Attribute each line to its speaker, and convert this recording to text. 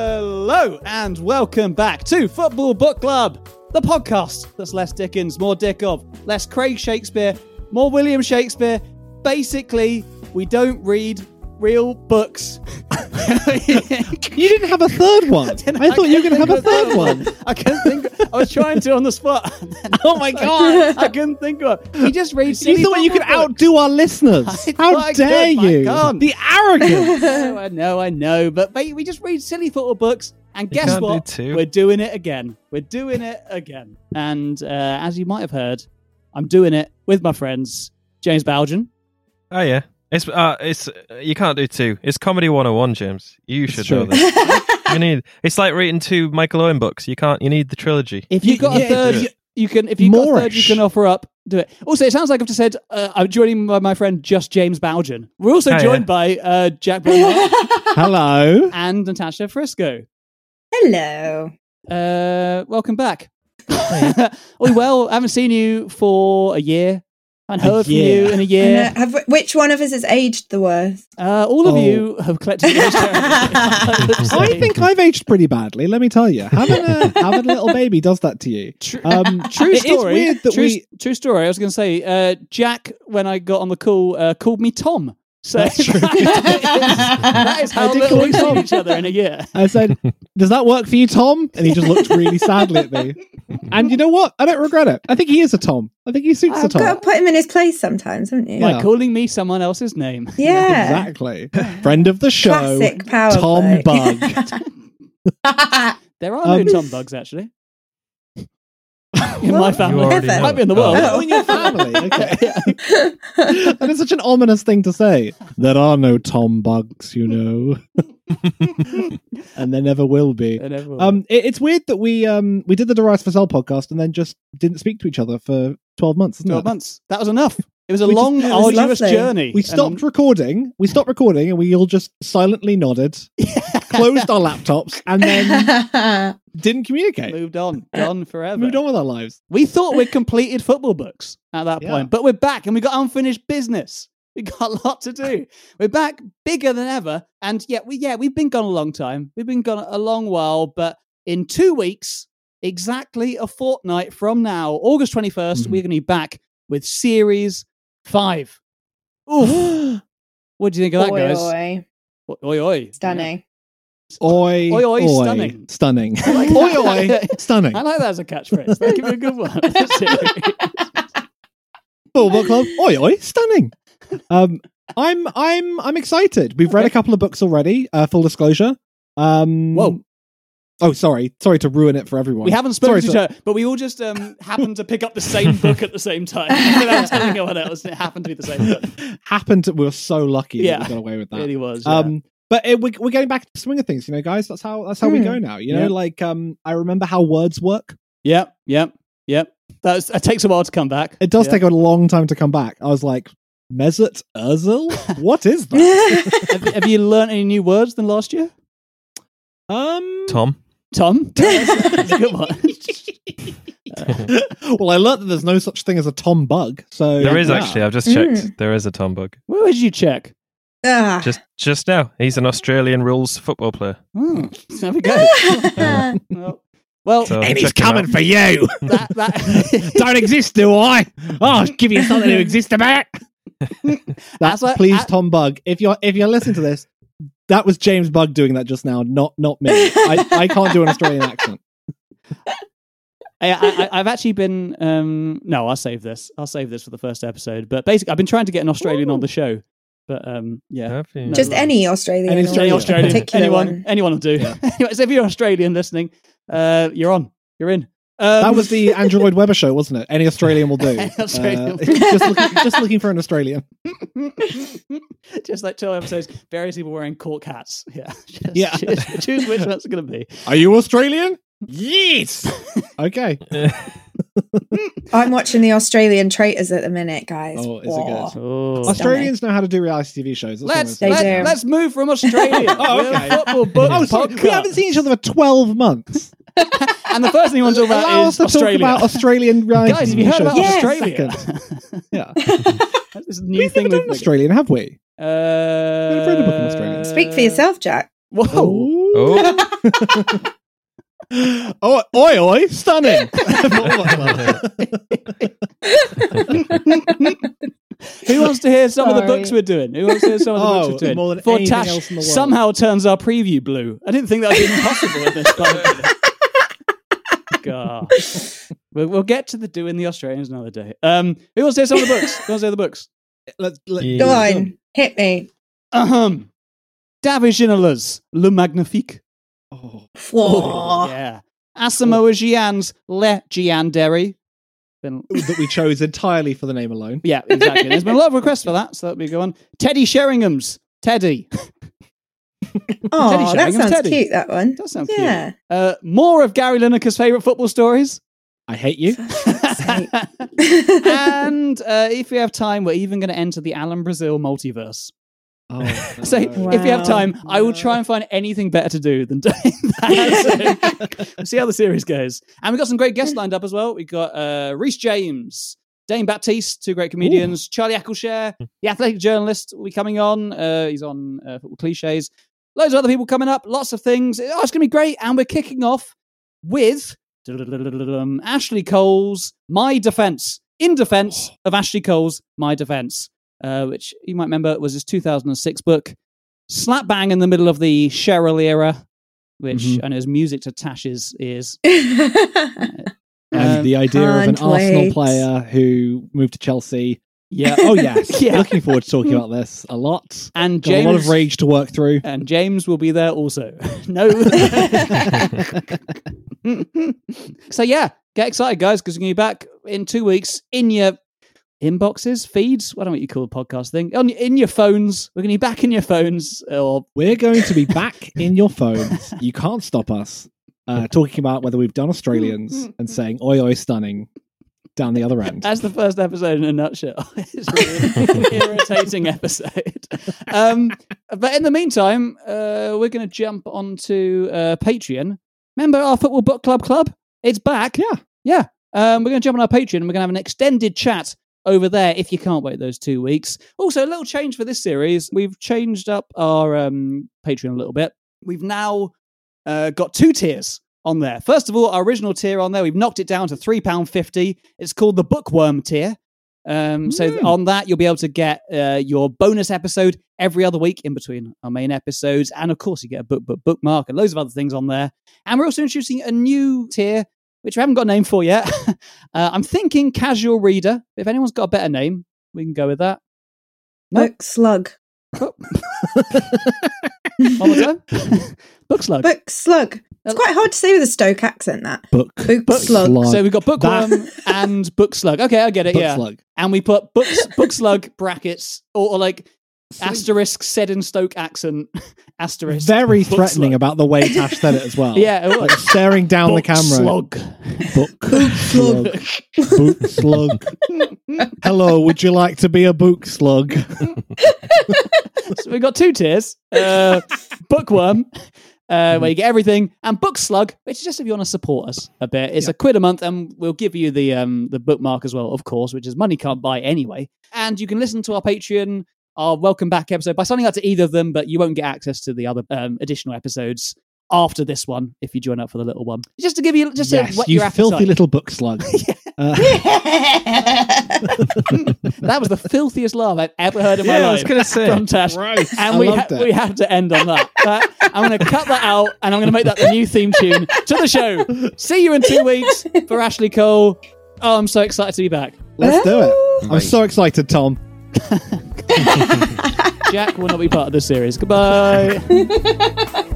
Speaker 1: Hello, and welcome back to Football Book Club, the podcast that's less Dickens, more Dick of, less Craig Shakespeare, more William Shakespeare. Basically, we don't read real books.
Speaker 2: You didn't have a third one. I, thought you were going to have a third one.
Speaker 1: I couldn't think. I was trying to on the spot.
Speaker 2: Oh my god!
Speaker 1: I couldn't think of. it. He just reads.
Speaker 2: you thought you could outdo our listeners.
Speaker 1: I thought I
Speaker 2: How
Speaker 1: could,
Speaker 2: dare
Speaker 1: my
Speaker 2: you?
Speaker 1: God.
Speaker 2: The arrogance.
Speaker 1: No, I know, I know, but mate, we just read silly football books, and guess
Speaker 3: can't do
Speaker 1: what?
Speaker 3: two.
Speaker 1: We're doing it again. We're doing it again. And uh, as you might have heard, I'm doing it with my friends James Belgian.
Speaker 3: Oh yeah, it's uh, it's uh, you can't do two. It's comedy one hundred and one, James. You should know
Speaker 2: true.
Speaker 3: this. you need it's like reading two Michael Owen books. You can't. You need the trilogy.
Speaker 1: If you got
Speaker 2: yeah,
Speaker 1: a third,
Speaker 3: do
Speaker 1: you, you can. If you got a third, you
Speaker 2: Moorish.
Speaker 1: can offer up. Do it. Also, it sounds like I've just said uh, I'm joining my, my friend just James Belgian. We're also
Speaker 3: Oh, yeah.
Speaker 1: joined by uh, Jack Bowler
Speaker 2: Hello.
Speaker 1: and Natasha Frisco.
Speaker 4: Hello.
Speaker 1: Uh, welcome back. Are you well? I haven't seen you for a year. I haven't
Speaker 2: A
Speaker 1: heard from
Speaker 2: year.
Speaker 1: you in a
Speaker 4: Yeah.
Speaker 1: year.
Speaker 4: uh, have, which one of us is aged the worst?
Speaker 1: Uh, all of
Speaker 2: Oh.
Speaker 1: you have collected. your charity.
Speaker 2: I think I've aged pretty badly. Let me tell you, having a having a little baby does that to you.
Speaker 1: True-
Speaker 2: Um,
Speaker 1: True
Speaker 2: it is
Speaker 1: story.
Speaker 2: weird that
Speaker 1: true,
Speaker 2: we-
Speaker 1: true story. I was going to say, uh, Jack, when I got on the call, uh, called me Tom. So
Speaker 2: That's true.
Speaker 1: that is how
Speaker 2: I did
Speaker 1: little
Speaker 2: call
Speaker 1: we've
Speaker 2: you
Speaker 1: seen
Speaker 2: Tom.
Speaker 1: each other in a year.
Speaker 2: I said, "Does that work for you, Tom?" And he just looked really sadly at me. And you know what? I don't regret it. I think he is a Tom. I think he suits
Speaker 1: Oh,
Speaker 2: a
Speaker 4: I've
Speaker 2: Tom.
Speaker 4: got to put him in his place sometimes, haven't you?
Speaker 2: Yeah.
Speaker 1: By calling me someone else's name.
Speaker 4: Yeah.
Speaker 2: Exactly. Friend of the show,
Speaker 4: Classic power
Speaker 2: Tom
Speaker 4: play.
Speaker 2: Bug.
Speaker 1: There are no
Speaker 2: Um,
Speaker 1: Tom Bugs actually in my
Speaker 4: Well,
Speaker 3: You
Speaker 1: family.
Speaker 3: already
Speaker 4: Heaven.
Speaker 3: know. Uh,
Speaker 1: Might be in the world.
Speaker 2: Oh, in your family. Okay.
Speaker 1: Yeah.
Speaker 2: That is such an ominous thing to say. There are no Tom bugs, you know, and there never will be.
Speaker 1: And everyone-
Speaker 2: Um, it, it's weird that we um we did the Darius for Sale podcast and then just didn't speak to each other for twelve months. Isn't
Speaker 1: 12
Speaker 2: it?
Speaker 1: months. That was enough. It was a
Speaker 2: We just-
Speaker 1: long,
Speaker 2: it
Speaker 4: was
Speaker 1: arduous
Speaker 4: lovely.
Speaker 1: journey.
Speaker 2: We
Speaker 1: And
Speaker 2: stopped recording. We stopped recording, and we all just silently nodded, closed our laptops, and then didn't communicate.
Speaker 1: moved on, gone forever.
Speaker 2: Moved on with our lives.
Speaker 1: We thought we'd completed football books at that
Speaker 2: Yeah.
Speaker 1: point, but we're back and we got unfinished business. We got a lot to do. We're back bigger than ever, and yet we yeah we've been gone a long time. We've been gone a long while, but in two weeks, exactly a fortnight from now, August twenty
Speaker 2: Mhm.
Speaker 1: we're going to be back with series five. Oof. what do you think of that,
Speaker 4: Oi,
Speaker 1: guys?
Speaker 4: oi.
Speaker 1: Oi oi! oi.
Speaker 4: Stunning.
Speaker 2: Oi,
Speaker 1: Oi, oi, stunning.
Speaker 2: stunning,
Speaker 1: I like
Speaker 2: oi, oi,
Speaker 1: that.
Speaker 2: stunning.
Speaker 1: I like that as a catchphrase. That could be a good one. Seriously.
Speaker 2: Football Club. Oi, oi, stunning. Um, I'm, I'm, I'm excited. We've read a couple of books already. Uh, full disclosure. Um,
Speaker 1: Whoa.
Speaker 2: Oh, sorry, sorry to ruin it for everyone.
Speaker 1: We haven't spoken
Speaker 2: Sorry
Speaker 1: to each
Speaker 2: to-
Speaker 1: other, but we all just um, happened to pick up the same book at the same time without telling anyone else. It happened to be the same book.
Speaker 2: happened. To, we were so lucky
Speaker 1: Yeah.
Speaker 2: that we got away with
Speaker 1: It
Speaker 2: that.
Speaker 1: really was. yeah.
Speaker 2: um, but it, we, we're getting back to the swing of things, you know, guys. That's how that's how we
Speaker 4: Hmm.
Speaker 2: go now. You
Speaker 1: Yeah.
Speaker 2: know, like um, I remember how words work.
Speaker 1: yep, yep, yep. That's, it takes a while to come back.
Speaker 2: It does
Speaker 1: Yeah.
Speaker 2: take a long time to come back. I was like, Mesut Ozil, what is that?
Speaker 4: Tom
Speaker 1: have, have you learnt any new words than last year,
Speaker 2: um,
Speaker 3: Tom.
Speaker 1: Tom? That's a good one.
Speaker 2: well, I learnt that there's no such thing as a Tom Bug. So
Speaker 3: There is
Speaker 2: yeah.
Speaker 3: actually. I've just checked.
Speaker 4: Mm.
Speaker 3: There is a Tom Bug.
Speaker 1: Where did you check?
Speaker 4: Ah.
Speaker 3: Just just now. He's an Australian rules football player.
Speaker 1: Hmm, there we go. well, well
Speaker 3: So
Speaker 2: and he's
Speaker 3: check him
Speaker 2: coming
Speaker 3: out.
Speaker 2: for you.
Speaker 1: that, that,
Speaker 2: Don't exist, do I? Oh, I'll give you something to exist about. That's
Speaker 1: As I-
Speaker 2: please,
Speaker 1: I-
Speaker 2: Tom Bug. If you're if you're listening to this, that was James Bug doing that just now, not not me. I, I can't do an Australian accent.
Speaker 1: I, I, I- I've actually been. Um, no, I'll save this. I'll save this for the first episode. But basically, I've been trying to get an Australian on the show. But um, yeah,
Speaker 3: Have you?
Speaker 4: Just
Speaker 1: No.
Speaker 4: any Australian.
Speaker 2: Any
Speaker 4: or
Speaker 1: Any
Speaker 2: Yeah.
Speaker 1: Australian,
Speaker 4: A particular
Speaker 1: anyone,
Speaker 4: one.
Speaker 1: anyone will do. anyway, so if you're Australian listening, uh, you're on, you're in. Um,
Speaker 2: That was the Andrew Lloyd Webber show, wasn't it? Any Australian will do. Uh,
Speaker 1: Any Australian will do.
Speaker 2: just, looking, just looking for an Australian.
Speaker 1: just like two episodes. Various people wearing cork hats. Yeah, Just
Speaker 2: Yeah.
Speaker 1: Choose, choose which one's going to be.
Speaker 2: Are you Australian? Yes. okay.
Speaker 4: I'm watching the Australian traitors at the minute, guys.
Speaker 2: Oh, is it good?
Speaker 1: Oh.
Speaker 4: Australia-
Speaker 2: Australians know how to do reality TV shows. That's all
Speaker 1: Let's
Speaker 2: I'm
Speaker 4: They
Speaker 2: gonna say.
Speaker 4: do.
Speaker 1: let, us move from Australia.
Speaker 2: Oh,
Speaker 1: We're a
Speaker 2: okay.
Speaker 1: football book
Speaker 2: Oh, sorry, we haven't
Speaker 1: podcast.
Speaker 2: seen each other for twelve months.
Speaker 1: And the first thing you want to talk about
Speaker 2: Allow us
Speaker 1: is
Speaker 2: to
Speaker 1: Australia.
Speaker 2: talk about Australian reality
Speaker 1: Guys, have
Speaker 2: TV
Speaker 1: you heard
Speaker 2: shows.
Speaker 1: about
Speaker 2: for a
Speaker 4: Yes.
Speaker 1: Australia?
Speaker 2: second. Yeah.
Speaker 1: That's this
Speaker 2: We've
Speaker 1: new
Speaker 2: never
Speaker 1: thing
Speaker 2: done
Speaker 1: with
Speaker 2: an Australian, have we?
Speaker 1: Uh,
Speaker 2: read a book in Australia.
Speaker 4: Speak for yourself, Jack.
Speaker 1: Whoa.
Speaker 2: Oh.
Speaker 3: Oh,
Speaker 2: oh, oi, oi, stunning. Who
Speaker 1: Who wants to hear some of the
Speaker 4: Sorry.
Speaker 1: books we're doing? Who wants to hear some of the
Speaker 2: Oh,
Speaker 1: books we're doing?
Speaker 2: more than
Speaker 1: Before
Speaker 2: anything
Speaker 1: Tash
Speaker 2: else in the world.
Speaker 1: somehow turns our preview blue. I didn't think that would be possible in this podcast. God. We'll, we'll get to the doing the Australians another day. Um, who wants to hear some of the books? Who wants to hear the books?
Speaker 2: Let's, let,
Speaker 3: Yeah.
Speaker 4: Go
Speaker 2: let's
Speaker 4: on, hit me.
Speaker 1: Ahem. Daviginalas, Le Magnifique.
Speaker 2: Oh,
Speaker 4: Flaw.
Speaker 1: Yeah. Asamoah Gian's Le Gianderi. Been
Speaker 2: that we chose entirely for the name alone.
Speaker 1: Yeah, exactly. There's been a lot of requests for that, so that'll be a good one. Teddy Sheringham's Teddy.
Speaker 4: Oh,
Speaker 1: Teddy
Speaker 4: that
Speaker 1: Sheringham,
Speaker 4: sounds
Speaker 1: Teddy.
Speaker 4: cute. That one.
Speaker 1: That sounds cute.
Speaker 4: Yeah.
Speaker 1: Uh, more of Gary Lineker's favourite football stories.
Speaker 2: I hate you.
Speaker 4: sake.
Speaker 1: and uh, if we have time, we're even going to enter the Alan Brazil multiverse.
Speaker 2: Oh,
Speaker 1: So
Speaker 2: no.
Speaker 1: if we have
Speaker 4: Wow.
Speaker 1: time, I will try and find anything better to do than doing that. So, we'll see how the series goes. And we've got some great guests lined up as well. We've got uh, Reese James, Dane Baptiste, two great comedians, Charlie Ackleshare, the athletic journalist will be coming on. Uh, he's on uh, Football Cliches. Loads of other people coming up, lots of things. Oh, it's going to be great. And we're kicking off with Ashley Cole's My Defense, in defense of Ashley Cole's My Defense, uh, which you might remember was his 2006 book, slap bang in the middle of the Cheryl era, which
Speaker 2: Mhm.
Speaker 1: I know is music to Tash's ears.
Speaker 2: and
Speaker 1: Um,
Speaker 2: the idea of an
Speaker 4: can't
Speaker 2: Arsenal
Speaker 4: wait.
Speaker 2: player who moved to Chelsea.
Speaker 1: yeah.
Speaker 2: Oh yes,
Speaker 1: Yeah.
Speaker 2: looking forward to talking about this a lot.
Speaker 1: And
Speaker 2: Got a lot of
Speaker 1: James,
Speaker 2: rage to work through.
Speaker 1: and James will be there also. no. so yeah, get excited, guys, because we're gonna be back in two weeks in your inboxes, feeds. I don't know what you call the podcast thing. On in your phones, we're gonna be back in your phones. Or
Speaker 2: We're going to be back in your phones. You can't stop us uh, talking about whether we've done Australians and saying oi oi stunning down the other end.
Speaker 1: that's the first episode in a nutshell. it's a really irritating episode. Um, but in the meantime, uh, we're gonna jump onto uh, Patreon. Remember our football book club club? It's back.
Speaker 2: Yeah.
Speaker 1: Yeah. Um, we're going to jump on our Patreon and we're going to have an extended chat over there if you can't wait those two weeks. Also, a little change for this series. We've changed up our um, Patreon a little bit. We've now uh, got two tiers on there. First of all, our original tier on there, we've knocked it down to £3.50. It's called the Bookworm tier. Um, so th-
Speaker 2: Mm.
Speaker 1: on that, you'll be able to get uh, your bonus episode every other week in between our main episodes. And of course, you get a book, book, bookmark and loads of other things on there. And we're also introducing a new tier which we haven't got a name for yet. uh, I'm thinking casual reader. If anyone's got a better name, we can go with that.
Speaker 4: Book slug.
Speaker 1: One more time. book slug.
Speaker 4: Book slug. It's quite hard to say with a Stoke accent. That
Speaker 2: Book,
Speaker 4: book, slug.
Speaker 1: so we've got bookworm and book slug. Okay, I get it.
Speaker 2: book
Speaker 1: yeah,
Speaker 2: slug.
Speaker 1: and we put books, book slug brackets or, or like asterisk said in Stoke accent asterisk.
Speaker 2: Very
Speaker 1: Book
Speaker 2: threatening
Speaker 1: slug.
Speaker 2: about the way Tash said it as well.
Speaker 1: yeah, it
Speaker 2: Like
Speaker 1: was.
Speaker 2: staring down the
Speaker 1: Book
Speaker 2: camera.
Speaker 1: Slug.
Speaker 2: Book slug. book slug. Hello, would you like to be a book slug?
Speaker 1: so we've got two tiers uh, bookworm
Speaker 2: Mm-hmm.
Speaker 1: uh, where you get everything and book slug which is just if you want to support us a bit it's a quid a month and we'll give you the um, the bookmark as well of course which is money can't buy anyway and you can listen to our patreon our welcome back episode by signing up to either of them but you won't get access to the other um, additional episodes after this one if you join up for the little one just to give you just to
Speaker 2: yes,
Speaker 1: whet
Speaker 2: you
Speaker 1: your appetite.
Speaker 2: filthy little book slug. Uh,
Speaker 1: that was the filthiest laugh i've ever heard in my
Speaker 3: yeah, I was
Speaker 1: life
Speaker 3: gonna say.
Speaker 1: from Tash.
Speaker 2: right.
Speaker 1: and
Speaker 2: I
Speaker 1: we
Speaker 2: loved
Speaker 1: ha-
Speaker 2: it.
Speaker 1: we have to end on that. That- I'm going to cut that out, and I'm going to make that the new theme tune to the show. See you in two weeks for Ashley Cole. Oh, I'm so excited to be back.
Speaker 2: Let's do it. I'm
Speaker 3: Mate.
Speaker 2: so excited, Tom.
Speaker 1: Jack will not be part of this series. Goodbye.